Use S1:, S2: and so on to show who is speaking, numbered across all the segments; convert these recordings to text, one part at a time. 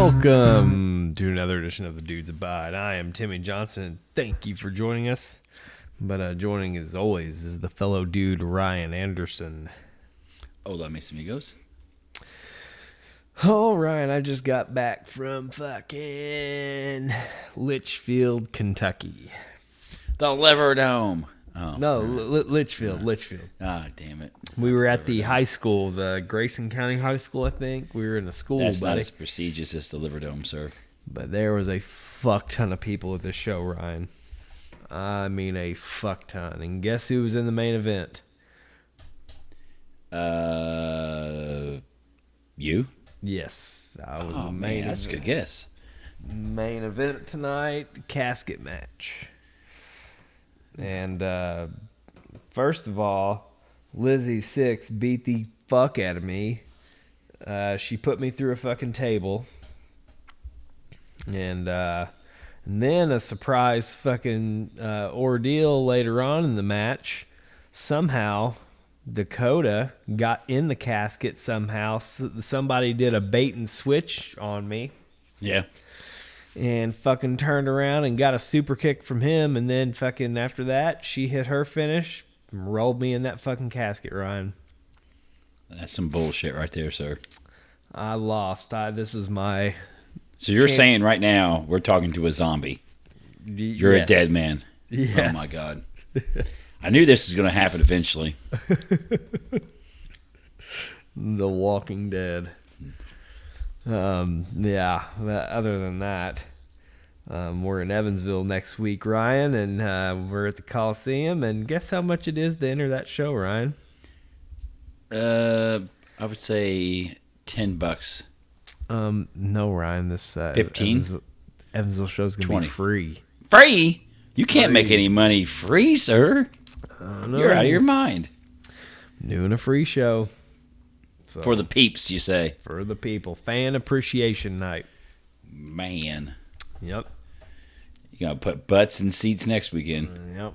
S1: Welcome to another edition of the Dudes Abide. I am Timmy Johnson. and Thank you for joining us. But uh, joining as always is the fellow dude Ryan Anderson.
S2: Hola, mis amigos.
S1: Oh, Ryan, I just got back from fucking Litchfield, Kentucky.
S2: The Lever Dome. Oh,
S1: No, L- L- Litchfield, Litchfield.
S2: ah, damn it.
S1: We were at the high school, the Grayson County High School, I think. We were in the school,
S2: That's not
S1: buddy.
S2: as prestigious as the Liver Dome, sir.
S1: But there was a fuck ton of people at this show, Ryan. I mean, a fuck ton. And guess who was in the main event?
S2: Uh, you?
S1: Yes, I was
S2: Oh
S1: the main
S2: man, that's a
S1: event.
S2: good guess.
S1: main event tonight. Casket match. And uh, first of all, Lizzie Six beat the fuck out of me. Uh, she put me through a fucking table. And, uh, and then a surprise fucking uh, ordeal later on in the match. Somehow, Dakota got in the casket somehow. S- somebody did a bait and switch on me
S2: Yeah.
S1: and fucking turned around and got a super kick from him. And then fucking after that, she hit her finish, and rolled me in that fucking casket, Ryan.
S2: That's some bullshit right there, sir.
S1: I lost. I this is my
S2: So you're
S1: Champ-
S2: saying right now we're talking to a zombie. You're a dead man.
S1: Yes.
S2: Oh my god. I knew this was going to happen eventually.
S1: The Walking Dead. Um, yeah. but other than that, um, we're in Evansville next week, Ryan, and uh, we're at the Coliseum. And guess how much it is to enter that show, Ryan?
S2: Uh, I would say 10 bucks.
S1: Um, no, Ryan. This uh,
S2: 15?
S1: Evansville, Evansville show's gonna
S2: 20.
S1: be free.
S2: Free? You can't make any money free, sir. You're out of your mind.
S1: doing a free show So,
S2: For the peeps, you say.
S1: for the people fan appreciation night
S2: Man.
S1: yep
S2: You gotta put butts in seats next weekend.
S1: yep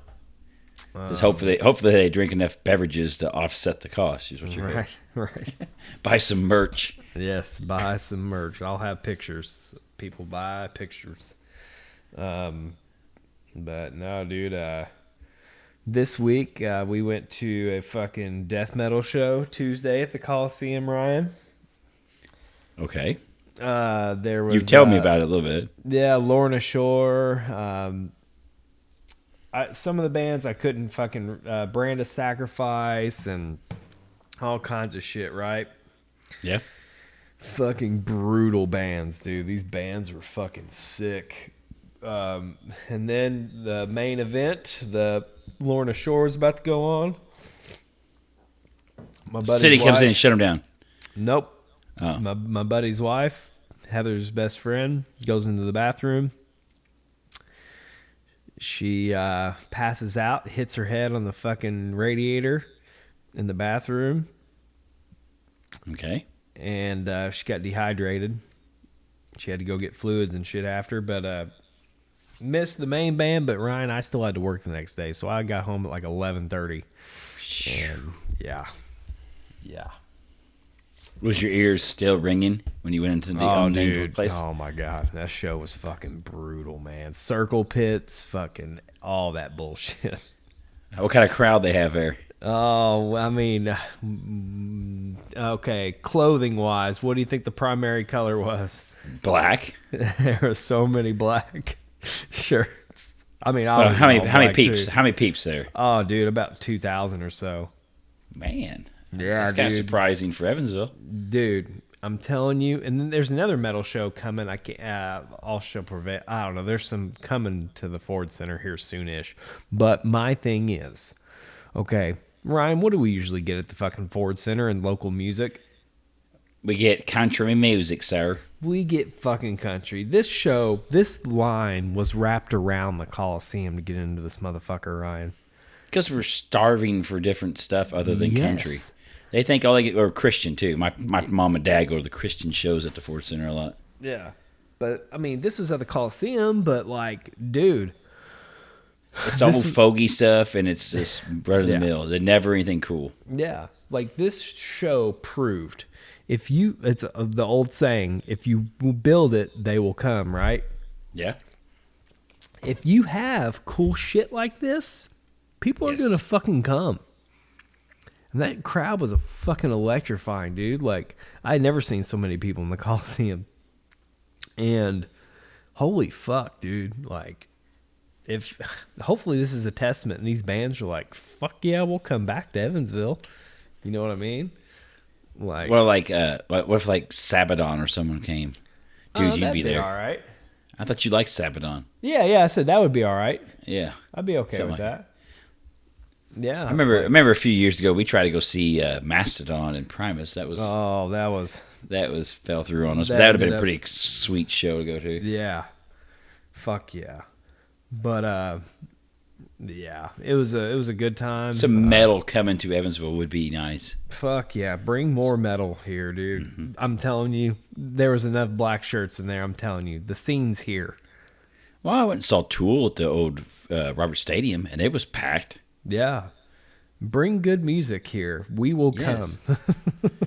S2: Just hopefully, hopefully they drink enough beverages to offset the cost. Is what you're
S1: right right
S2: buy some merch.
S1: yes buy some merch i'll have pictures people buy pictures um but no dude uh this week uh, we went to a fucking death metal show tuesday at the coliseum ryan
S2: Okay,
S1: uh there was
S2: you tell me
S1: uh,
S2: about it a little bit.
S1: Yeah, Lorna Shore. Um, I, some of the bands I couldn't fucking uh, brand a sacrifice and all kinds of shit. Right?
S2: Yeah,
S1: Fucking brutal bands, dude. These bands were fucking sick. Um, and then the main event, the Lorna Shore was about to go on. My buddy's
S2: city comes
S1: wife-
S2: in and shut them down.
S1: Nope.
S2: Oh.
S1: My my buddy's wife, Heather's best friend, goes into the bathroom. She uh, passes out, hits her head on the fucking radiator in the bathroom,
S2: Okay,
S1: and uh, she got dehydrated. She had to go get fluids and shit after, but uh, missed the main band. But Ryan, I still had to work the next day, so I got home at like eleven thirty. And yeah, yeah.
S2: was your ears still ringing when you went into the
S1: oh,
S2: unnamed
S1: dude.
S2: place?
S1: Oh my god, that show was fucking brutal, man. Circle pits, fucking all that bullshit.
S2: What kind of crowd they have there?
S1: Oh, I mean, mm, okay, clothing wise, what do you think the primary color was?
S2: Black.
S1: there were so many black shirts. I mean, I
S2: Oh,
S1: was
S2: how many?
S1: all
S2: How many
S1: black, too.
S2: peeps? How many peeps there?
S1: Oh, dude, about two thousand or so.
S2: Man,
S1: Yeah,
S2: that's kind of
S1: dude.
S2: surprising for Evansville.
S1: dude i'm telling you and then there's another metal show coming i can't uh, all shall prevail i don't know there's some coming to the ford center here soonish but my thing is okay ryan what do we usually get at the fucking ford center and local music
S2: We get country music, sir.
S1: we get fucking country this show this line was wrapped around the coliseum to get into this motherfucker ryan
S2: Because we're starving for different stuff other than country.
S1: Yes.
S2: They think all they get are Christian too. My my mom and dad go to the Christian shows at the Ford Center a lot.
S1: yeah but i mean this was at the coliseum but like dude
S2: It's all fogey stuff and it's just right in the
S1: Yeah.
S2: middle. They're never anything cool.
S1: Yeah. Like this show proved if you it's uh, the old saying, if you build it, they will come, right?
S2: Yeah.
S1: If you have cool shit like this, people
S2: Yes.
S1: are gonna fucking come. And that crowd was a fucking electrifying, dude. Like I had never seen so many people in the Coliseum. And holy fuck, dude. Like if hopefully this is a testament and these bands are like, fuck yeah, we'll come back to Evansville. You know what I mean? Like
S2: Well, like, uh, what what if like Sabadon or someone came? Dude,
S1: Oh,
S2: you'd
S1: that'd
S2: be there.
S1: all right.
S2: I thought you liked Sabadon.
S1: Yeah, yeah. I said that would be all right.
S2: Yeah.
S1: I'd be okay
S2: Something
S1: with
S2: like
S1: that. Yeah.
S2: I remember. I remember a few years ago we tried to go see uh, Mastodon and Primus. That was
S1: Oh, that was
S2: that was fell through on us.
S1: that
S2: but that would have been
S1: ended
S2: a
S1: up-
S2: pretty sweet show to go to.
S1: yeah. Fuck yeah. But uh, yeah. It was a it was a good time.
S2: Some metal coming to Evansville would be nice.
S1: Fuck yeah. Bring more metal here, dude.
S2: Mm-hmm.
S1: I'm telling you, there was enough black shirts in there. I'm telling you, the scene's here.
S2: Well, I went and saw Tool at the old uh, Robert Stadium, and it was packed.
S1: Yeah. Bring good music here. We will
S2: Yes.
S1: come.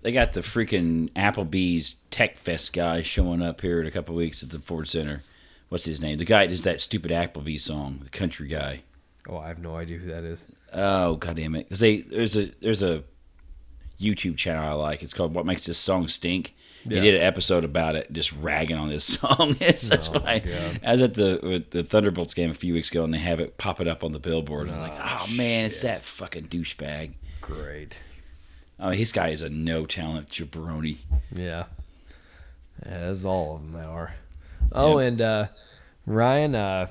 S2: They got the freaking Applebee's Tech Fest guy showing up here in a couple weeks at the Ford Center. What's his name? The guy that does that stupid Applebee's song, the country guy.
S1: oh, I have no idea who that is.
S2: Oh god damn it! Because they there's a there's a YouTube channel I like. It's called What Makes This Song Stink.
S1: Yeah.
S2: They did an episode about it, just ragging on this song. It's that's
S1: Oh,
S2: why
S1: God.
S2: I was at the with the Thunderbolts game a few weeks ago, and they have it pop it up on the billboard. and I'm like,
S1: Ah,
S2: oh man, it's that fucking douchebag.
S1: Great.
S2: Oh, this guy is a no talent jabroni.
S1: Yeah. As all of them are. Oh, and uh, Ryan, uh,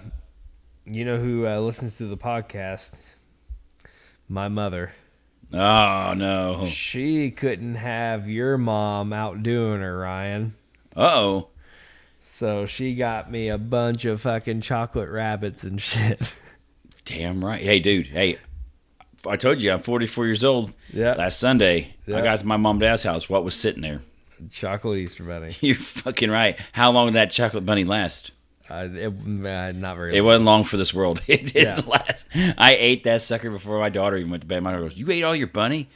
S1: you know who uh, listens to the podcast? My mother.
S2: Oh no.
S1: She couldn't have your mom outdoing her, Ryan.
S2: Uh oh.
S1: So she got me a bunch of fucking chocolate rabbits and shit.
S2: Damn right. Hey dude. Hey, I told you I'm 44 years old.
S1: Yeah.
S2: Last Sunday,
S1: Yeah.
S2: I got to my mom and dad's house. What was sitting there?
S1: chocolate Easter Bunny.
S2: You're fucking right. How long did that chocolate bunny last?
S1: I, it, uh, not very.
S2: It
S1: long.
S2: wasn't long for this world. It didn't
S1: Yeah.
S2: last. I ate that sucker before my daughter even went to bed. My daughter goes, "You ate all your bunny."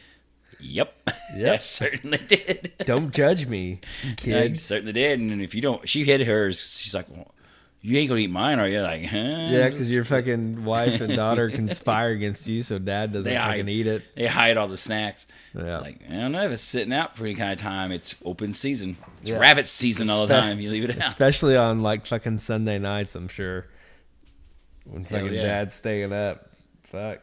S2: Yep. I
S1: Yep.
S2: certainly did.
S1: Don't judge me,
S2: I
S1: kid.
S2: certainly did. And if you don't, she hid hers. She's like, well, "You ain't gonna eat mine, are you?" Like, huh?
S1: Yeah, because your fucking wife and daughter conspire against you, so dad doesn't
S2: They hide.
S1: fucking eat it.
S2: They hide all the snacks.
S1: Yeah.
S2: Like, I don't know if it's sitting out for any kind of time. It's open season. It's
S1: Yeah.
S2: rabbit season all the
S1: Espe-
S2: time. You leave it out.
S1: especially on like fucking Sunday nights. I'm sure when
S2: Hell
S1: fucking
S2: yeah.
S1: dad's staying up. Fuck.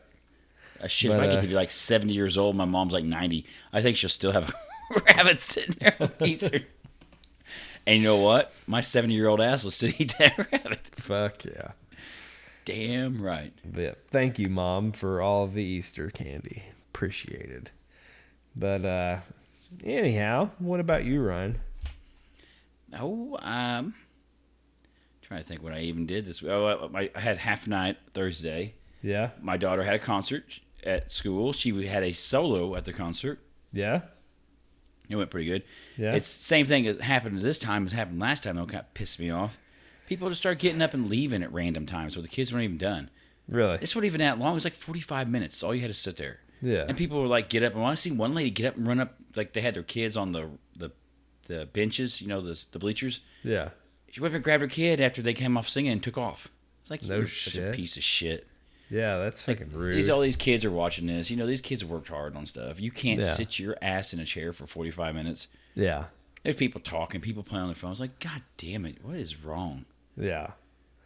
S2: Uh, shit,
S1: But,
S2: if I get
S1: uh,
S2: to be like 70 years old, my mom's like 90. I think she'll still have a rabbit sitting there on the Easter. And you know what? My 70 year old ass will still eat that rabbit.
S1: Fuck yeah.
S2: Damn right.
S1: But thank you, mom, for all the Easter candy. Appreciated. But uh anyhow, what about you, Ryan?
S2: Oh, um, trying to think what I even did this. Oh, I, I had half night Thursday.
S1: Yeah,
S2: My daughter had a concert at school. She had a solo at the concert.
S1: yeah,
S2: It went pretty good.
S1: Yeah.
S2: It's the same thing that happened this time as happened last time. Though, kind of pissed me off. People just start getting up and leaving at random times where the kids weren't even done.
S1: really.
S2: This wasn't even that long. It was like 45 minutes. It's all you had to sit there.
S1: Yeah.
S2: And people were like, get up. And when I see one lady get up and run up, like they had their kids on the the, the benches, you know, the, the bleachers.
S1: Yeah,
S2: She went up and grabbed her kid after they came off singing and took off. It's like,
S1: No
S2: you're such a
S1: shit.
S2: piece of shit.
S1: yeah. That's
S2: Like,
S1: fucking rude.
S2: These all these kids are watching this. You know, these kids worked hard on stuff. You can't
S1: Yeah.
S2: sit your ass in a chair for 45 minutes.
S1: yeah,
S2: There's people talking, people playing on their phones. Like, God damn it, what is wrong?
S1: yeah,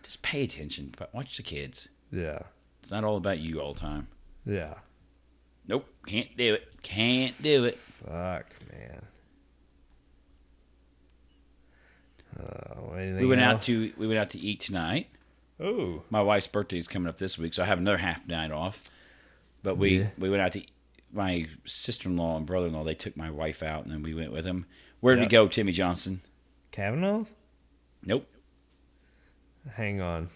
S2: Just pay attention. But Watch the kids.
S1: yeah,
S2: It's not all about you all the time.
S1: yeah.
S2: Nope, can't do it. Can't do it.
S1: Fuck, man. Oh, anything
S2: We went out
S1: else?
S2: to we went out to eat tonight.
S1: Oh,
S2: My wife's birthday is coming up this week, so I have another half night off. But we
S1: Yeah.
S2: we went out to my sister in law and brother in law. They took my wife out, and then we went with them. Where did
S1: Yeah.
S2: we go, Timmy Johnson?
S1: Kavanaugh's?
S2: Nope.
S1: Hang on.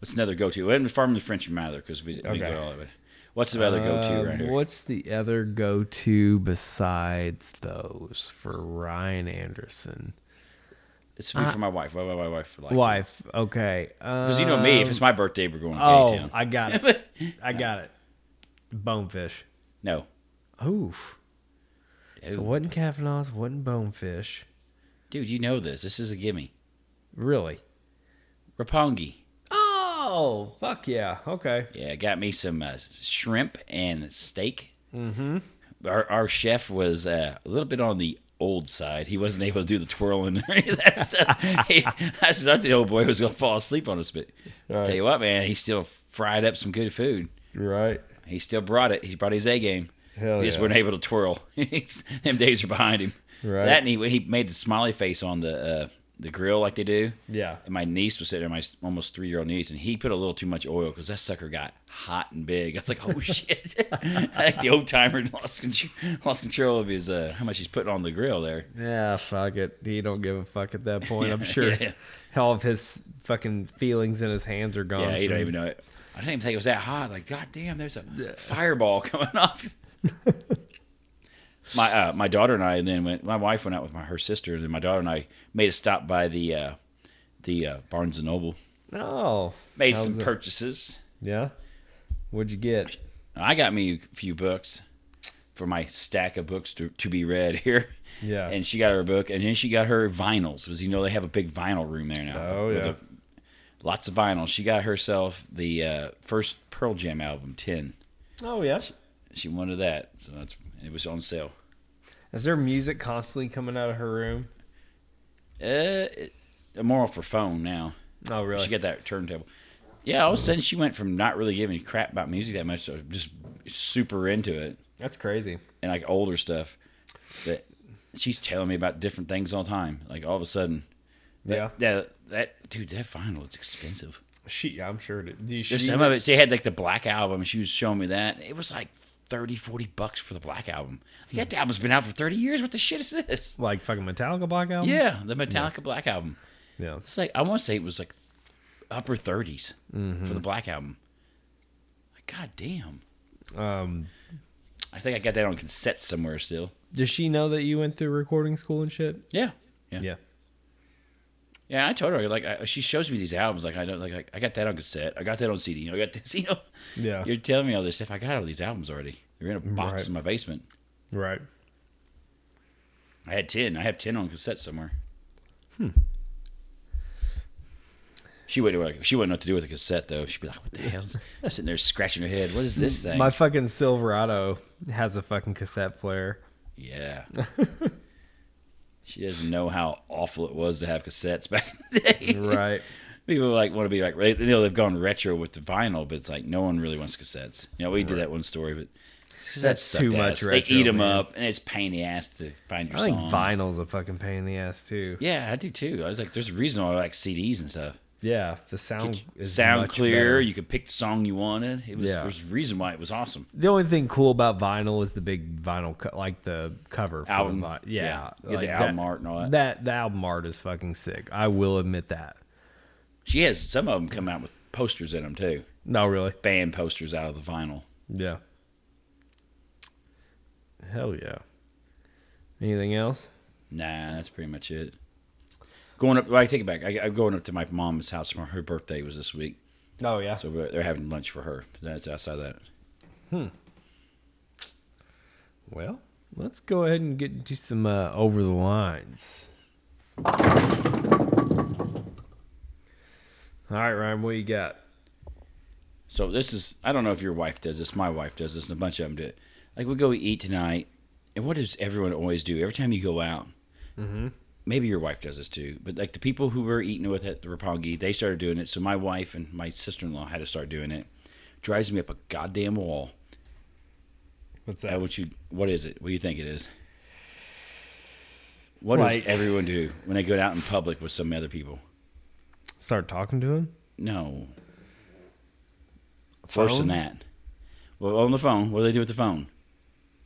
S2: What's another go to? We didn't farm the Frenchman either because we didn't we didn't
S1: Okay.
S2: go all the way. What's the other go
S1: Um,
S2: to right here?
S1: What's the other go to besides those for Ryan Anderson?
S2: This would be for my wife. Why, why, why, wife? for like
S1: Wife. Okay. Because
S2: Because you know me, if it's my birthday, we're going to
S1: Oh,
S2: K-Town.
S1: I got it. I got it. Bonefish.
S2: No.
S1: Oof. So it wasn't Kavanaugh's, wasn't Bonefish.
S2: Dude, you know this. This is a gimme.
S1: Really?
S2: Rapongi.
S1: Oh, fuck yeah. Okay.
S2: Yeah, got me some uh, shrimp and steak.
S1: Mm-hmm.
S2: Our, our chef was uh, a little bit on the old side. He wasn't able to do the twirling or any of that stuff. He, I just thought the old boy was going to fall asleep on us, but
S1: Right.
S2: tell you what, man, he still fried up some good food.
S1: Right.
S2: He still brought it. He brought his A game.
S1: Hell
S2: he just
S1: yeah.
S2: weren't able to twirl. He's- Them days are behind him.
S1: Right.
S2: That and he, he made the smiley face on the uh, the grill like they do.
S1: Yeah.
S2: And my niece was sitting there, my s- almost three year old niece, and he put a little too much oil because that sucker got hot and big. I was like, oh shit! I think the old timer lost control, lost control of his uh, how much he's putting on the grill there.
S1: Yeah, fuck it. He don't give a fuck at that point. I'm
S2: Yeah,
S1: sure
S2: yeah.
S1: all of his fucking feelings in his hands are gone.
S2: Yeah, you don't
S1: from-
S2: even know it. I didn't even think it was that hot. Like, god damn, there's a fireball coming off. my uh, my daughter and I and then went. My wife went out with my her sister, and then my daughter and I made a stop by the uh, the uh, Barnes and Noble,
S1: Oh.
S2: made
S1: How's
S2: some
S1: it?
S2: purchases.
S1: Yeah. What'd you get?
S2: I got me a few books for my stack of books to, to be read here.
S1: Yeah.
S2: And she got her book, and then she got her vinyls because you know they have a big vinyl room there now.
S1: Oh,
S2: with
S1: yeah.
S2: the- lots of vinyl. She got herself the uh, first Pearl Jam album, ten.
S1: Oh yeah.
S2: She wanted that, so that's it was on sale.
S1: Is there music constantly coming out of her room?
S2: Uh, it, more off her phone now.
S1: Oh really?
S2: She got that turntable. Yeah, all of a sudden she went from not really giving a crap about music that much to just super into it.
S1: That's crazy.
S2: and like older stuff that she's telling me about different things all the time. Like all of a sudden,
S1: yeah.
S2: that, that, that- dude, that vinyl it's expensive.
S1: She I'm sure it do you
S2: There's
S1: she-
S2: some of it. She had like the black album. and She was showing me that it was like 30, 40 bucks for the black album. Like, that album's been out for thirty years. What the shit is this?
S1: like fucking Metallica Black Album?
S2: Yeah, the Metallica black album.
S1: Yeah.
S2: It's like I want to say it was like upper 30s for
S1: Mm-hmm.
S2: the black album. Like, God damn.
S1: Um
S2: I think I got that on cassette somewhere still.
S1: Does she know that you went through recording school and shit?
S2: Yeah. Yeah.
S1: Yeah.
S2: Yeah, I told her like I, she shows me these albums. Like I don't like I, I got that on cassette. I got that on CD. You know, I got this. You know,
S1: Yeah.
S2: you're telling me all this stuff. I got all these albums already. They're in a box
S1: Right.
S2: in my basement.
S1: Right.
S2: I had ten. I have ten on cassette somewhere. Hmm. She wouldn't. Like, she wouldn't know what to do with a cassette though. She'd be like, "What the hell?" I'm sitting there scratching her head. What is this thing?
S1: My fucking Silverado has a fucking cassette player.
S2: yeah. she doesn't know how awful it was to have cassettes back in the day.
S1: Right.
S2: People like want to be like they- you know they've gone retro with the vinyl, but it's like no one really wants cassettes. You know, we did that one story, but cassettes
S1: That's
S2: suck
S1: too much
S2: ass.
S1: retro,
S2: they eat them
S1: man.
S2: up, and it's a pain in the ass to find your
S1: I think
S2: song.
S1: vinyl's a fucking pain in the ass too.
S2: yeah, I do too. I was like, there's a reason why I like CDs and stuff.
S1: Yeah, the sound is
S2: Sound
S1: Oh, much
S2: clear.
S1: better.
S2: You could pick the song you wanted. It was
S1: Yeah.
S2: there's a reason why it was awesome.
S1: The only thing cool about vinyl is the big vinyl, co- like the cover for
S2: Album.
S1: The, vi-
S2: Yeah.
S1: yeah,
S2: Get the
S1: like
S2: album art and all that.
S1: The album art is fucking sick. I will admit that.
S2: She has some of them come out with posters in them too,
S1: No, really.
S2: band posters out of the vinyl.
S1: Yeah. Hell yeah. Anything else?
S2: Nah, that's pretty much it. Going up, well, I take it back. I, I'm going up to my mom's house. for Her birthday was this week.
S1: Oh yeah.
S2: So we're- they're having lunch for her. That's outside that.
S1: Well, let's go ahead and get into some uh, over the lines. All right, Ryan, what you got?
S2: So this is I don't know if your wife does this. My wife does this, and a bunch of them do it. Like we go eat tonight, and what does everyone always do every time you go out? Maybe your wife does this too, but like the people who were eating with at the Rapongi, they started doing it. So my wife and my sister in law had to start doing it. Drives me up a goddamn wall.
S1: What's
S2: I want you. What is it? What do you think it is? What
S1: Like-
S2: does everyone do when they go out in public with some other people?
S1: Start talking to him.
S2: No. Worse
S1: Phone?
S2: than that. Well, on the phone. What do they do with the phone?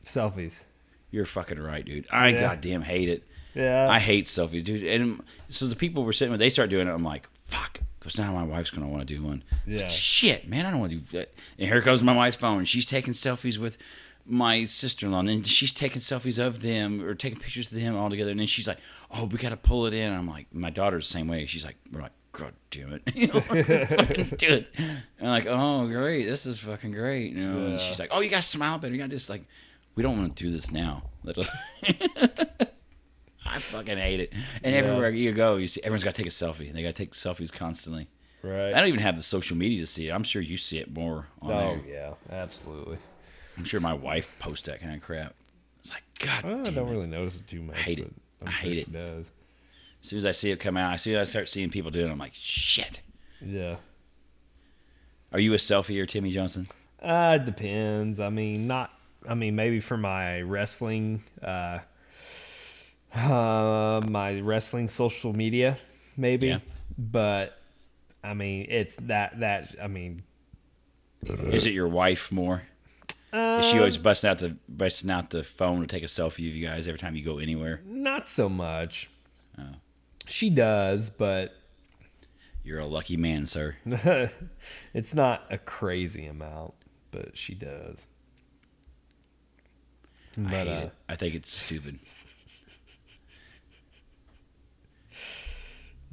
S1: Selfies.
S2: You're fucking right, dude. I
S1: Yeah.
S2: goddamn hate it.
S1: Yeah.
S2: I hate selfies, dude. And so the people were sitting with, they start doing it. I'm like, fuck. Because now my wife's going to want to do one. It's
S1: Yeah.
S2: like, shit, man, I don't want to do that. And here goes my wife's phone. She's taking selfies with my sister in law. And then she's taking selfies of them or taking pictures of them all together. And then she's like, oh, we got to pull it in. I'm like, my daughter's the same way. She's like, we're like, God damn it. You know, fucking do it. And I'm like, oh, great. This is fucking great. You know, and
S1: Yeah.
S2: she's like, oh, you got to smile better. You got to just like, we don't want to do this now. Literally. I fucking hate it. And everywhere you go, you see everyone's got to take a selfie. They got to take selfies constantly.
S1: Right.
S2: I don't even have the social media to see it. I'm sure you see it more
S1: Oh
S2: on there.
S1: yeah, absolutely.
S2: I'm sure my wife posts that kind of crap. It's like God.
S1: I
S2: damn
S1: Oh, don't
S2: it.
S1: really notice it too much.
S2: hate it.
S1: but I'm
S2: I
S1: sure
S2: hate
S1: she
S2: it.
S1: Does
S2: As soon as I see it come out, as soon as I start seeing people doing it, I'm like, shit.
S1: yeah.
S2: Are you a selfie or Timmy Johnson?
S1: Uh, it depends. I mean, not. I mean, maybe for my wrestling, uh, uh, my wrestling social media, maybe.
S2: Yeah.
S1: But I mean, it's that that. I mean,
S2: Is it your wife more? Is she always busting out the busting out the phone to take a selfie of you guys every time you go anywhere?
S1: not so much.
S2: Oh.
S1: She does, but
S2: You're a lucky man, sir.
S1: it's not a crazy amount. But she does.
S2: I
S1: But,
S2: hate
S1: uh,
S2: it. I think it's stupid.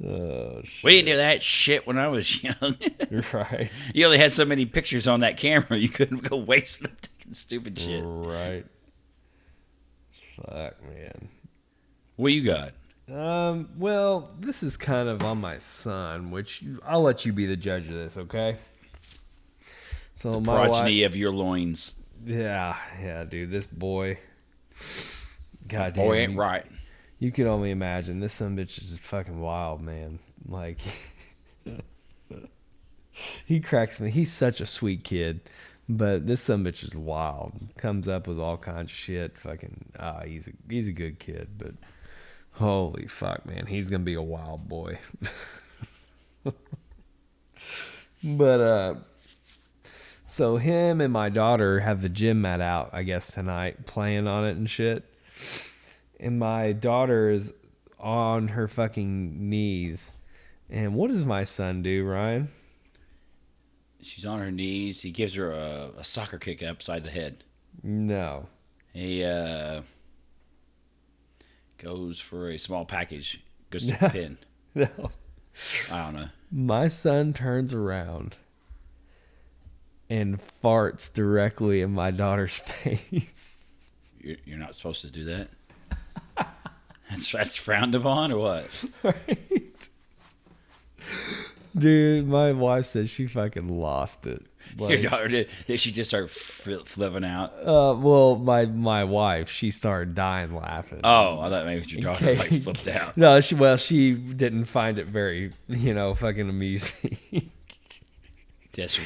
S1: Oh, shit.
S2: We didn't do that shit when I was young.
S1: right,
S2: you only had so many pictures on that camera, you couldn't go wasting them taking stupid shit.
S1: right. Fuck, man.
S2: What you got?
S1: Um, well, this is kind of on my son, which you- I'll let you be the judge of this, okay? So my wife-
S2: Progeny of your loins.
S1: yeah, yeah, dude, this boy, God
S2: Boy, Oh, ain't
S1: you,
S2: right.
S1: you can only imagine this son of a bitch is fucking wild, man. Like, he cracks me. He's such a sweet kid, but this son of a bitch is wild. Comes up with all kinds of shit. Fucking, ah, he's a, he's a good kid, but holy fuck, man, he's gonna be a wild boy. but uh, so him and my daughter have the gym mat out, I guess tonight, playing on it and shit. And my daughter is on her fucking knees. And what does my son do, Ryan?
S2: She's on her knees. He gives her a, a soccer kick upside the head.
S1: No.
S2: He uh, goes for a small package. Goes to the pin.
S1: No.
S2: I don't know.
S1: My son turns around and farts directly in my daughter's face.
S2: You're, you're not supposed to do that. That's that's frowned upon or what?
S1: Right? Dude, my wife said she fucking lost it. Like,
S2: Your daughter did. did she just start fl- flipping out?
S1: uh, well, my my wife, she started dying laughing.
S2: Oh, I thought maybe your daughter
S1: Okay.
S2: like flipped out.
S1: No, she well, she didn't find it very, you know, fucking amusing.
S2: That's,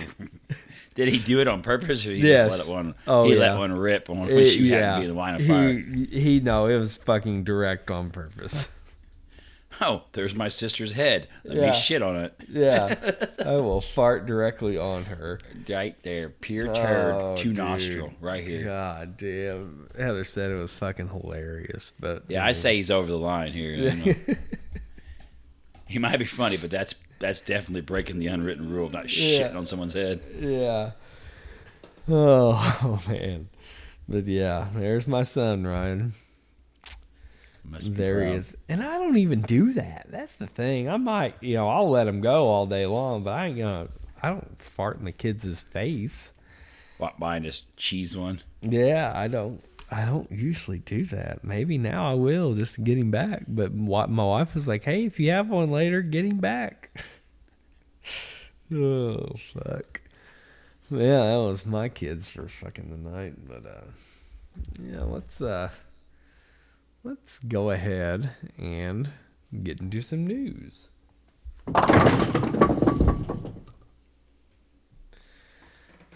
S2: did he do it on purpose or he
S1: Yes.
S2: just let it one?
S1: Oh,
S2: he
S1: yeah.
S2: let one rip on when
S1: It-
S2: she happened to be in the line of fire.
S1: He, he no, it was fucking direct on purpose.
S2: oh, there's my sister's head. Let
S1: Yeah.
S2: me shit on it.
S1: yeah, I will fart directly on her.
S2: Right there, pure turd,
S1: Oh,
S2: two
S1: dude.
S2: nostril, right here.
S1: God damn, Heather said it was fucking hilarious, but
S2: Yeah, I say he's over the line here. you know. he might be funny, but that's that's definitely breaking the unwritten rule of not
S1: Yeah.
S2: shitting on someone's head.
S1: yeah. Oh, man, but yeah, there's my son Ryan.
S2: Must be
S1: There he
S2: proud.
S1: is. And I don't even do that. That's the thing. I might, you know, I'll let him go all day long, but I ain't gonna. I don't fart in the kid's face.
S2: Walk by and just cheese one.
S1: Yeah, I don't. I don't usually do that. Maybe now I will just to get him back. But why- my wife was like, "Hey, if you have one later, get him back." oh fuck! Yeah, that was my kids for fucking the night. But uh, yeah, let's uh, let's go ahead and get into some news.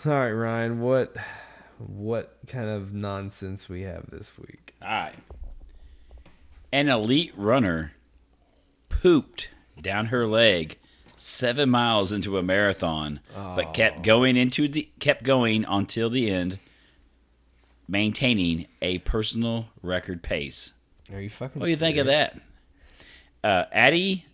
S1: All right, Ryan, what what kind of nonsense we have this week?
S2: All right. An elite runner pooped down her leg seven miles into a marathon, but kept going into the kept going until the end, maintaining a personal record pace.
S1: Are you fucking?
S2: What do you think of
S1: serious?
S2: that? Uh, Addie,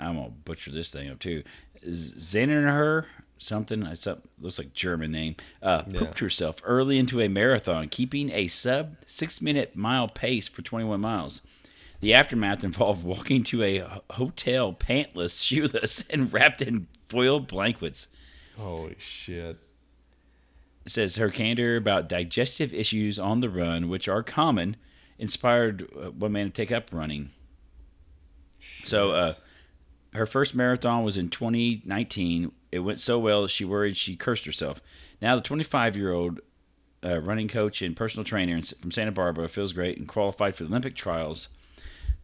S2: I'm gonna butcher this thing up too. Zinnerher, something, it's up, looks like German name, uh,
S1: Yeah.
S2: pooped herself early into a marathon, keeping a sub six minute mile pace for 21 miles. The aftermath involved walking to a h- hotel pantless, shoeless, and wrapped in foil blankets.
S1: Holy shit!
S2: It says her candor about digestive issues on the run, which are common, inspired uh, one man to take up running. So uh, her first marathon was in 2019. It went so well, she worried she cursed herself. Now the 25 year old uh, running coach and personal trainer in, from Santa Barbara feels great and qualified for the Olympic trials.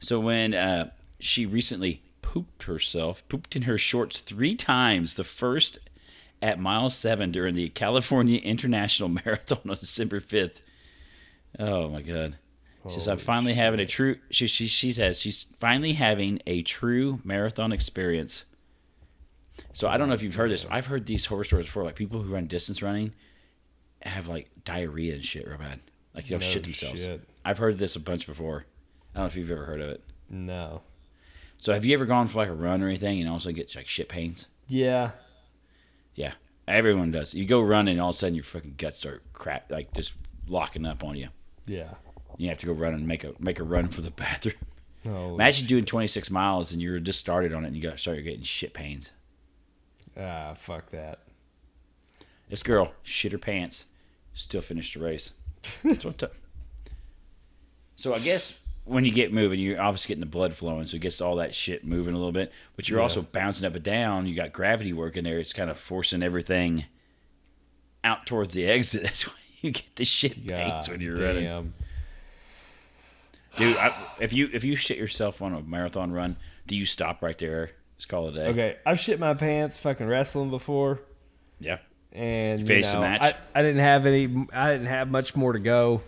S2: So when uh, she recently pooped herself, pooped in her shorts three times, the first at mile seven during the California International Marathon on December 5th. Oh my God. She says, I'm finally having a true, she, she, she says, she's finally having a true marathon experience. So I don't know if you've heard this. I've heard these horror stories before. Like people who run distance running have like diarrhea and shit real bad. Like they'll
S1: No
S2: shit themselves.
S1: shit.
S2: I've heard this a bunch before. I don't know if you've ever heard of it.
S1: No.
S2: So have you ever gone for like a run or anything and also get like shit pains?
S1: Yeah.
S2: Yeah, everyone does. You go running, and all of a sudden your fucking guts start crap, like just locking up on you.
S1: Yeah.
S2: You have to go run and make a make a run for the bathroom.
S1: Oh,
S2: Imagine doing 26 miles and you're just started on it and you got started getting shit pains.
S1: ah, fuck that.
S2: This girl shit her pants, still finished the race. That's what. took. So I guess when you get moving, you're obviously getting the blood flowing, so it gets all that shit moving a little bit. But you're
S1: Yeah.
S2: also bouncing up and down. You got gravity working there. It's kind of forcing everything out towards the exit. That's why you get the shit pains
S1: God
S2: when you're running,
S1: damn.
S2: dude. I, if you if you shit yourself on a marathon run, do you stop right there? Just call it a day.
S1: Okay, I've shit my pants fucking wrestling before.
S2: Yeah.
S1: and you
S2: finished the
S1: know,
S2: match?
S1: I, I didn't have any. I didn't have much more to go.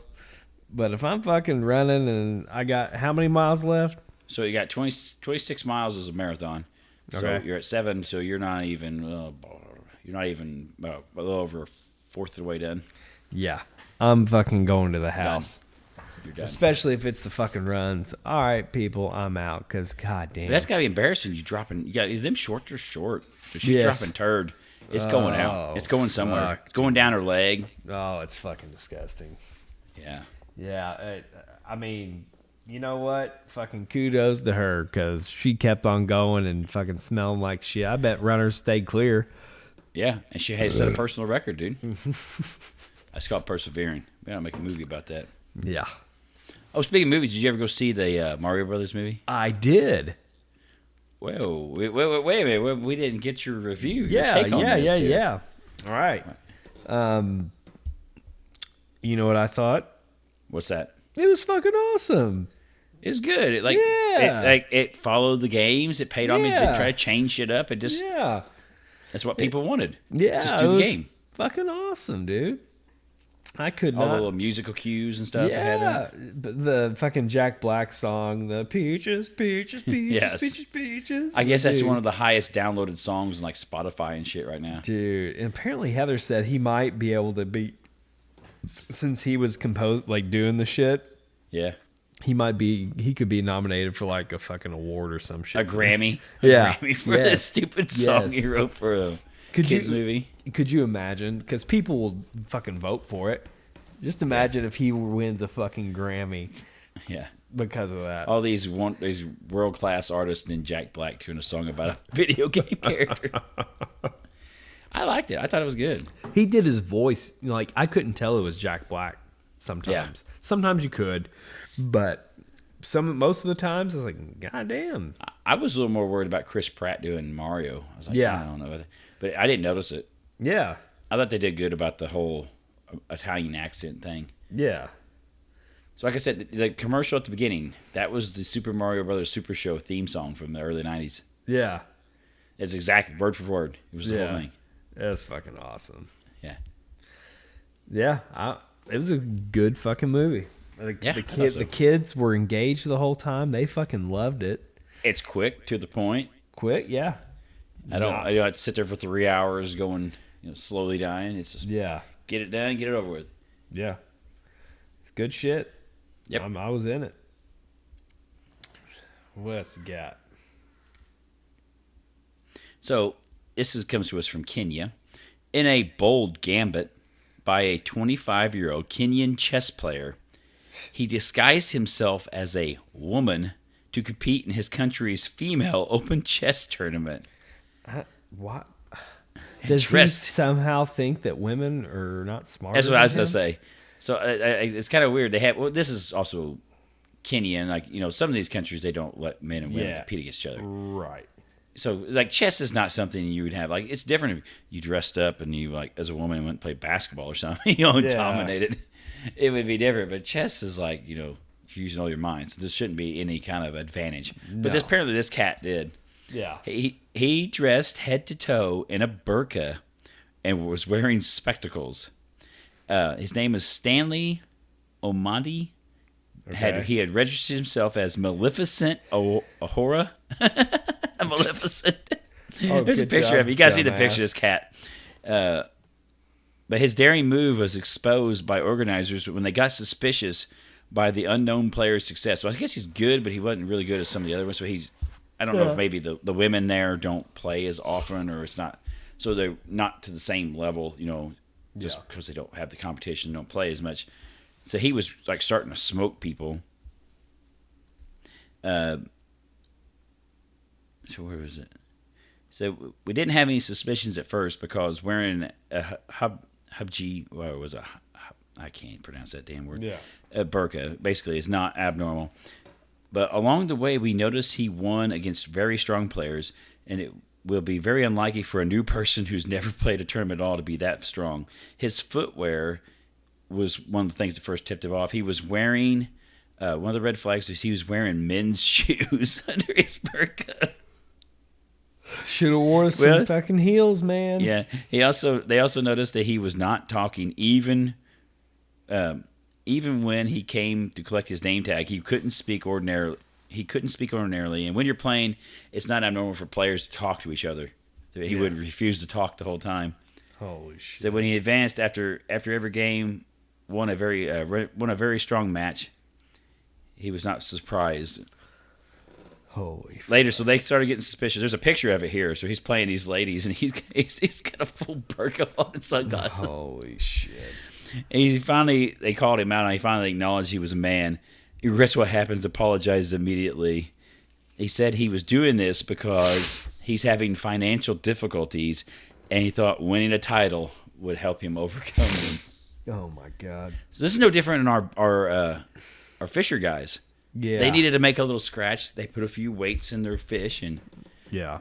S1: But if I'm fucking running and I got how many miles left?
S2: So you got 20, 26 miles is a marathon. So
S1: Okay.
S2: you're at seven, so you're not even uh, you're not even uh, a little over a fourth of the way done.
S1: Yeah, I'm fucking going to the house.
S2: You're done.
S1: Especially if it's the fucking runs. All right, people, I'm out because goddamn.
S2: But that's gotta be embarrassing. You dropping, yeah, them shorts are short. So she's
S1: Yes.
S2: dropping turd. It's going
S1: Oh,
S2: out. It's going somewhere.
S1: fuck,
S2: It's going down her leg.
S1: oh, it's fucking disgusting.
S2: Yeah.
S1: Yeah, it, I mean, you know what? Fucking kudos to her because she kept on going and fucking smelling like shit. I bet runners stay clear.
S2: Yeah, and she has set a personal record, dude. That's called persevering. Man, I'll make a movie about that.
S1: Yeah,
S2: Oh, speaking of movies, did you ever go see the uh, Mario Brothers movie?
S1: I did.
S2: Whoa, wait, wait, wait, wait a minute. We- We didn't get your review. your
S1: yeah,
S2: take on
S1: yeah,
S2: this
S1: yeah,
S2: yet.
S1: yeah. All right. Um, you know what I thought?
S2: What's that?
S1: It was fucking awesome.
S2: It's good. It, like
S1: Yeah.
S2: it, like it followed the games. It paid on me to
S1: Yeah.
S2: try to change shit up. It just
S1: Yeah,
S2: that's what people wanted.
S1: yeah.
S2: just
S1: it
S2: do the
S1: was
S2: game.
S1: Fucking awesome, dude. I could
S2: All the
S1: not.
S2: little musical cues and stuff. I had in
S1: yeah,
S2: it.
S1: but the fucking Jack Black song, the peaches, peaches, peaches,
S2: Yes.
S1: peaches, peaches.
S2: I guess that's
S1: Dude.
S2: one of the highest downloaded songs on like Spotify and shit right now.
S1: Dude, and apparently Heather said he might be able to be, since he was composed like doing the shit.
S2: Yeah,
S1: he might be he could be nominated for like a fucking award or some
S2: a
S1: shit. for this.
S2: Grammy.
S1: Yeah.
S2: a Grammy for
S1: Yes.
S2: this stupid song
S1: Yes.
S2: he wrote for a
S1: Could
S2: kids
S1: you-
S2: movie.
S1: Could you imagine? Because people will fucking vote for it. Just imagine if he wins a fucking Grammy
S2: Yeah.
S1: because of that.
S2: All these one these world class artists and Jack Black doing a song about a video game character. I liked it. I thought it was good.
S1: He did his voice you know, like I couldn't tell it was Jack Black. Sometimes, sometimes you could, but some most of the times I was like, God damn,
S2: I was a little more worried about Chris Pratt doing Mario. I was like,
S1: Yeah.
S2: I don't know, about that. but I didn't notice it.
S1: yeah,
S2: I thought they did good about the whole uh, Italian accent thing.
S1: yeah,
S2: So, like I said, the, the commercial at the beginning that was the Super Mario Brothers Super Show theme song from the early '90s.
S1: yeah,
S2: It's exact word for word. It was the
S1: yeah.
S2: whole thing.
S1: That's fucking awesome.
S2: Yeah,
S1: Yeah, I, it was a good fucking movie. The,
S2: Yeah,
S1: the
S2: I thought
S1: kid,
S2: so.
S1: the kids were engaged the whole time. They fucking loved it.
S2: it's quick to the point.
S1: Quick, yeah,
S2: I don't.
S1: Nah.
S2: I don't have to sit there for three hours going, you know, slowly dying. It's just
S1: yeah,
S2: get it done, get it over with.
S1: yeah. It's good shit.
S2: Yep.
S1: I'm, I was in it. What else you got?
S2: So this is, comes to us from Kenya. In a bold gambit by a 25 year old Kenyan chess player, he disguised himself as a woman to compete in his country's female open chess tournament.
S1: What? Does
S2: dressed-
S1: he somehow think that women are not smart?
S2: That's what I was gonna say. So I, I, it's kind of weird. They have. Well, this is also Kenya, and like you know, some of these countries they don't let men and women
S1: Yeah.
S2: compete against each other.
S1: Right.
S2: So like chess is not something you would have. Like it's different if you dressed up and you like as a woman went and played basketball or something. You know, and
S1: Yeah.
S2: dominated. It would be different. But chess is like you know you're using all your minds. So this shouldn't be any kind of advantage. But this
S1: No.
S2: apparently this cat did.
S1: Yeah.
S2: He he dressed head to toe in a burqa and was wearing spectacles. Uh, his name is Stanley Omandi. Had
S1: Okay.
S2: he had registered himself as Maleficent o- Ahura? Maleficent.
S1: Oh,
S2: There's a
S1: good
S2: picture
S1: job,
S2: of him. You guys see the
S1: dumbass.
S2: picture of this cat. Uh, but his daring move was exposed by organizers when they got suspicious by the unknown player's success. So I guess he's good, but he wasn't really good as some of the other ones. So he's, I don't know
S1: Yeah.
S2: if maybe the, the women there don't play as often or it's not, so they're not to the same level, you know, just
S1: Yeah.
S2: because they don't have the competition, don't play as much. So he was like starting to smoke people. Uh, so where was it? So w- we didn't have any suspicions at first because wearing a hu- hub hubji, well, it was a hu- hu- I can't pronounce that damn word.
S1: Yeah.
S2: A burqa basically is not abnormal. But along the way, we noticed he won against very strong players, and it will be very unlikely for a new person who's never played a tournament at all to be that strong. His footwear was one of the things that first tipped him off. He was wearing uh, one of the red flags was he was wearing men's shoes under his burqa.
S1: Should have worn some
S2: Well-
S1: fucking heels, man.
S2: Yeah. He also they also noticed that he was not talking even um, even when he came to collect his name tag, he couldn't speak ordinarily. He couldn't speak ordinarily, and when you're playing, it's not abnormal for players to talk to each other. He
S1: Yeah.
S2: would refuse to talk the whole time.
S1: Holy shit.
S2: So when he advanced after after every game, won a very uh, re- won a very strong match. He was not surprised
S1: Holy. F-
S2: later. So they started getting suspicious. There's a picture of it here. So he's playing these ladies, and he's he's, he's got a full burqa on and sunglasses.
S1: holy shit.
S2: And he finally, they called him out, and he finally acknowledged he was a man. He regrets what happens, apologizes immediately. He said he was doing this because he's having financial difficulties, and he thought winning a title would help him overcome them.
S1: Oh my god.
S2: So this is no different in our our uh, our Fisher guys.
S1: Yeah.
S2: They needed to make a little scratch. They put a few weights in their fish, and
S1: Yeah.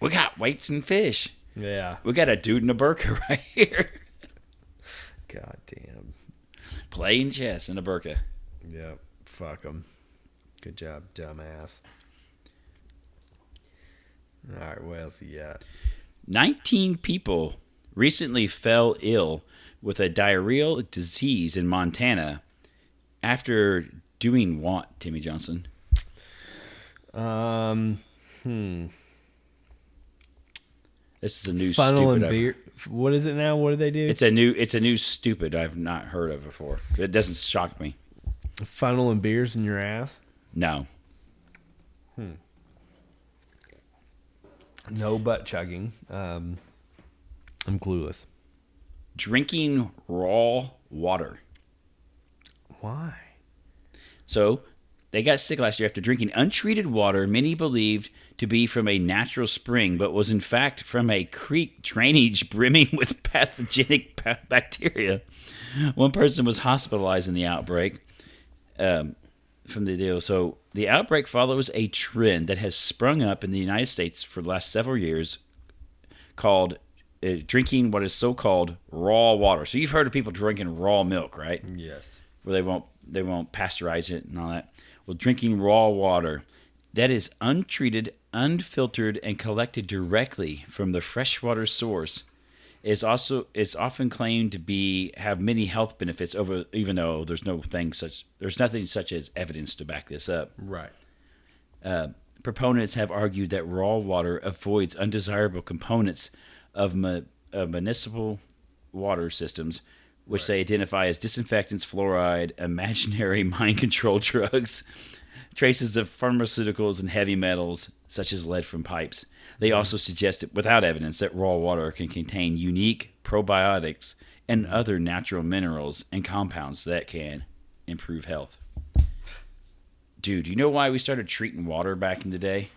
S2: we got weights and fish.
S1: Yeah.
S2: We got a dude in a burqa right here
S1: God damn.
S2: playing chess in a burqa.
S1: Yep. Fuck them. Good job, dumbass. All right. What else you got?
S2: 19 people recently fell ill with a diarrheal disease in Montana after doing what, Timmy Johnson?
S1: Um. Hmm.
S2: This is a new
S1: Funnel
S2: stupid
S1: and
S2: I've-
S1: beer. What is it now? What do they do?
S2: It's a new it's a new stupid I've not heard of before. It doesn't shock me.
S1: funnel and beers in your ass.
S2: No.
S1: No butt chugging. Um. I'm clueless.
S2: Drinking raw water.
S1: Why?
S2: So they got sick last year after drinking untreated water many believed to be from a natural spring, but was in fact from a creek drainage brimming with pathogenic pa- bacteria. One person was hospitalized in the outbreak um, from the deal. So the outbreak follows a trend that has sprung up in the United States for the last several years called uh, drinking what is so called raw water. So you've heard of people drinking raw milk, right?
S1: Yes.
S2: where they won't they won't pasteurize it and all that. Well, drinking raw water that is untreated, unfiltered, and collected directly from the freshwater source is also is often claimed to be have many health benefits over even though there's no thing such there's nothing such as evidence to back this up.
S1: Right.
S2: Proponents have argued that raw water avoids undesirable components of, mu- of municipal water systems, which they identify as disinfectants, fluoride, imaginary mind control drugs, traces of pharmaceuticals, and heavy metals such as lead from pipes. They also suggested, without evidence, that raw water can contain unique probiotics and other natural minerals and compounds that can improve health. Dude, you know why we started treating water back in the day?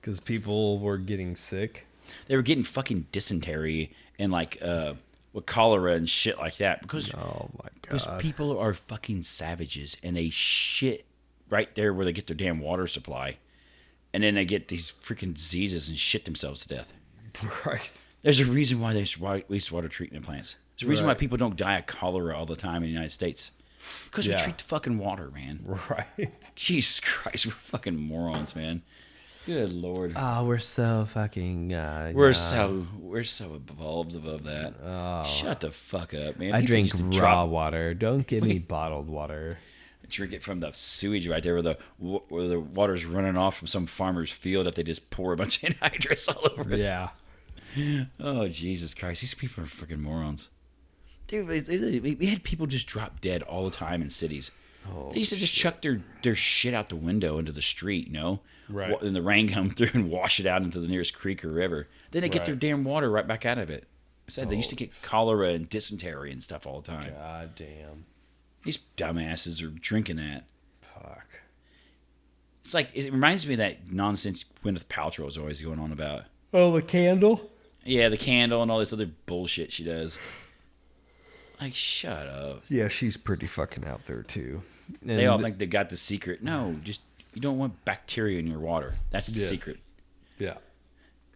S1: Because people were getting sick.
S2: They were getting fucking dysentery and like uh, with cholera and shit like that because
S1: Oh my
S2: because
S1: god.
S2: people are fucking savages and they shit right there where they get their damn water supply, and then they get these freaking diseases and shit themselves to death.
S1: Right.
S2: There's a reason why there's wa- wastewater treatment plants. There's a reason why
S1: Right.
S2: people don't die of cholera all the time in the United States. Because
S1: Yeah.
S2: we treat the fucking water, man.
S1: Right.
S2: Jesus Christ, we're fucking morons, man. Good lord.
S1: Oh, we're so fucking. Uh,
S2: We're
S1: yeah. Oh.
S2: so we're so evolved above that. Shut the fuck up, man.
S1: I
S2: People
S1: drink
S2: used to
S1: raw
S2: drop-
S1: water. Don't give me bottled water.
S2: drink it from the sewage right there, where the wa- where the water's running off from some farmer's field that they just pour a bunch of anhydrous all over. it.
S1: Yeah.
S2: Oh Jesus Christ, these people are freaking morons. Dude, they- they- we we had people just drop dead all the time in cities. they used to just chuck their, their shit out the window into the street, you know?
S1: Right.
S2: Wa- And the rain come through and wash it out into the nearest creek or river. Then they get their
S1: Right.
S2: damn water right Oh. back out of it. I said they used to get cholera and dysentery and stuff all the time.
S1: God damn.
S2: These dumbasses are drinking that.
S1: Fuck.
S2: It's like it reminds me of that nonsense Gwyneth Paltrow is always going on about.
S1: Oh, the candle.
S2: Yeah, the candle and all this other bullshit she does. Like, shut up.
S1: Yeah, she's pretty fucking out there too.
S2: They all think they got the secret. No, just you don't want bacteria in your water. That's the
S1: Yeah.
S2: secret.
S1: Yeah.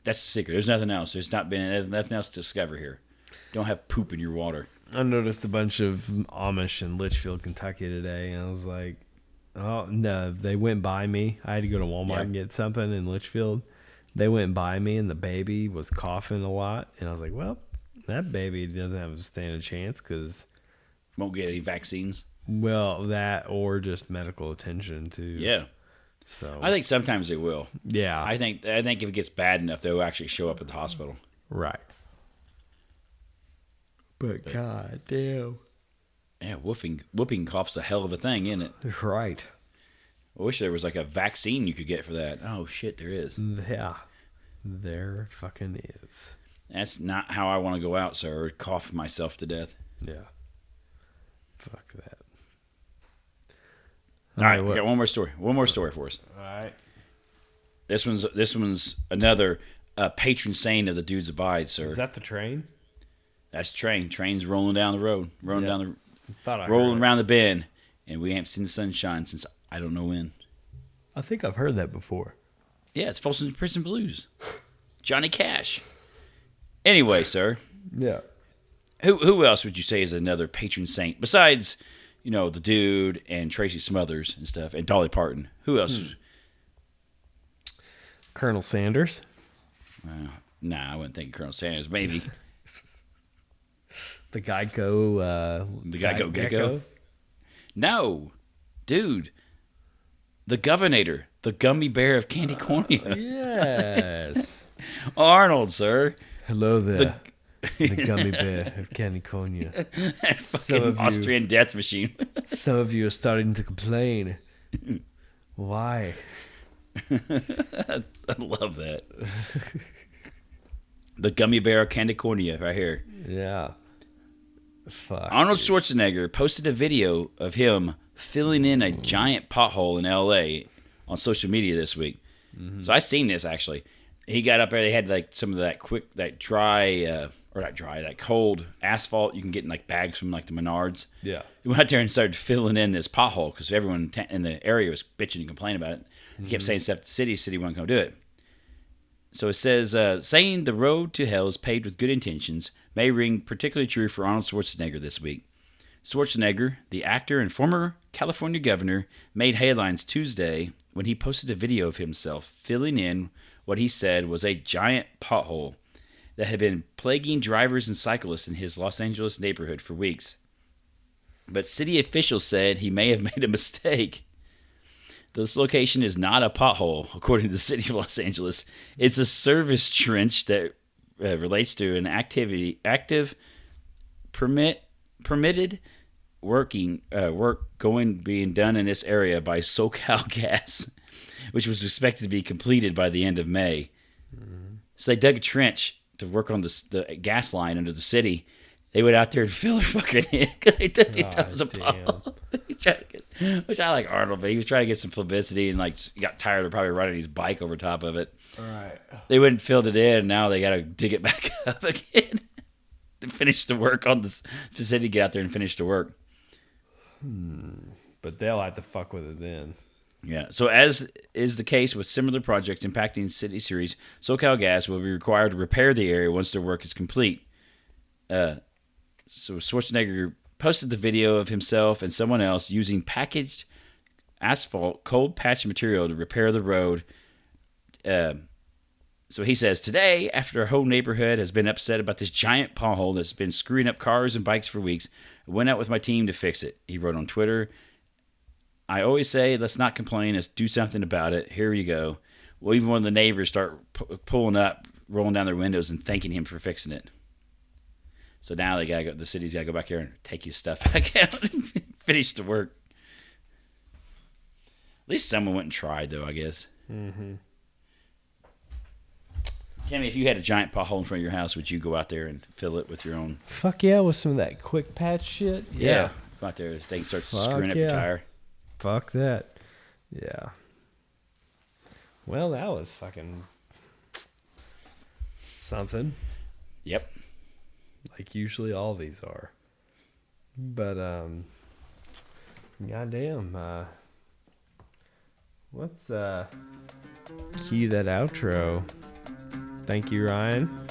S2: That's the secret. There's nothing else. There's not been there's nothing else to discover here. Don't have poop in your water.
S1: I noticed a bunch of Amish in Litchfield, Kentucky today, and I was like, "Oh no!" They went by me. I had to go to Walmart
S2: Yeah.
S1: and get something in Litchfield. They went by me, and the baby was coughing a lot, and I was like, "Well, that baby doesn't have a standing chance because,
S2: Won't get any vaccines.
S1: well, that or just medical attention too."
S2: Yeah,
S1: So
S2: I think sometimes they will.
S1: yeah,
S2: I think I think if it gets bad enough, they'll actually show up at the hospital.
S1: right. But god damn,
S2: Yeah, whooping whooping cough's a hell of a thing, isn't it?
S1: right?
S2: I wish there was like a vaccine you could get for that. Oh shit, there is.
S1: Yeah, there fucking is.
S2: That's not how I want to go out, sir. Cough myself to death.
S1: Yeah. Fuck that.
S2: All right,
S1: what-
S2: we got one more story. One more story for us.
S1: All right.
S2: This one's this one's another uh, patron saint of the dudes abide, sir.
S1: Is that the train?
S2: That's train. Train's rolling down the road, rolling
S1: Yeah.
S2: down
S1: Thought
S2: the,
S1: I
S2: rolling
S1: heard it.
S2: around the bend, and we haven't seen the sunshine since I don't know when.
S1: I think I've heard that before.
S2: Yeah, it's Folsom Prison Blues, Johnny Cash. Anyway, sir,
S1: Yeah.
S2: who who else would you say is another patron saint besides, you know, the dude and Tracy Smothers and stuff and Dolly Parton? Who else?
S1: Colonel Sanders.
S2: Uh, nah, I wouldn't think Colonel Sanders. Maybe
S1: The Geico. Uh,
S2: The Geico Gecko? no, dude, the Governor, the gummy bear of
S1: Uh,
S2: Candy Cornia,
S1: Yes.
S2: Arnold, sir.
S1: Hello there.
S2: The-
S1: The, gummy bear of Caniconia. Some
S2: fucking
S1: of you,
S2: Austrian death machine.
S1: some of you are starting to complain. Why?
S2: I love that. the gummy bear of Candicornia right here.
S1: Yeah. Fuck.
S2: Arnold Schwarzenegger posted a video of him filling in a
S1: Mm.
S2: giant pothole in LA on social media this week.
S1: Mm-hmm.
S2: So I seen this actually. He got up there. They had like some of that quick, that dry, uh, or not dry, that cold asphalt you can get in like bags from like the Menards.
S1: Yeah.
S2: He went out there and started filling in this pothole because everyone ta- in the area was bitching and complaining about it. He kept saying stuff to the city, city wouldn't come do it. So it says, uh, saying the road to hell is paved with good intentions may ring particularly true for Arnold Schwarzenegger this week. Schwarzenegger, the actor and former California governor, made headlines Tuesday when he posted a video of himself filling in what he said was a giant pothole that had been plaguing drivers and cyclists in his Los Angeles neighborhood for weeks. But city officials said he may have made a mistake. This location is not a pothole, according to the city of Los Angeles. It's a service trench that uh, relates to an activity active permit permitted working uh, work going being done in this area by SoCal Gas, which was expected to be completed by the end of May. So they dug a trench to work on the, s- the gas line under the city, They went out there and filled her fucking head. they thought they thought it was a
S1: God
S2: ball. He's trying to get- which I like Arnold, but he was trying to get some publicity and like got tired of probably riding his bike over top of it.
S1: All right.
S2: They went and filled it in, and now they got to dig it back up again to finish the work on this facility. Get out there and finish the work.
S1: But they'll have to fuck with it then.
S2: Yeah. So, as is the case with similar projects impacting city series, SoCal Gas will be required to repair the area once their work is complete. Uh, so Schwarzenegger posted the video of himself and someone else using packaged asphalt cold patch material to repair the road. Um, so he says today, after our whole neighborhood has been upset about this giant pothole that's been screwing up cars and bikes for weeks, I went out with my team to fix it. He wrote on Twitter. I always say, let's not complain. Let's do something about it. Here you go. Well, even one of the neighbors start pu- pulling up, rolling down their windows, and thanking him for fixing it. So now they gotta go. The city's gotta go back here and take his stuff back out and finish the work. At least someone went and tried, though. I guess. Mm-hmm. Tammy, if you had a giant pothole in front of your house, would you go out there and fill it with your own?
S1: Fuck yeah, with some of that quick patch shit.
S2: Go out there if they start
S1: Fuck
S2: screwing up
S1: yeah.
S2: your tire.
S1: Fuck that. Yeah. Well, that was fucking something.
S2: Yep.
S1: Like usually all these are. But um goddamn, uh let's uh cue that outro. Thank you, Ryan.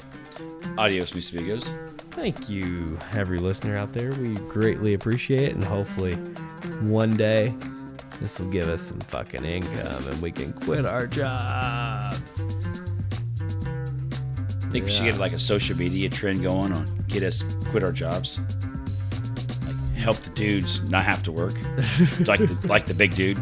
S2: Adios, mis amigos.
S1: Thank you, every listener out there. We greatly appreciate it and hopefully one day this will give us some fucking income and we can quit our jobs.
S2: think we should
S1: Yeah.
S2: get like a social media trend going on get us quit our jobs like help the dudes not have to work like the, like the big dude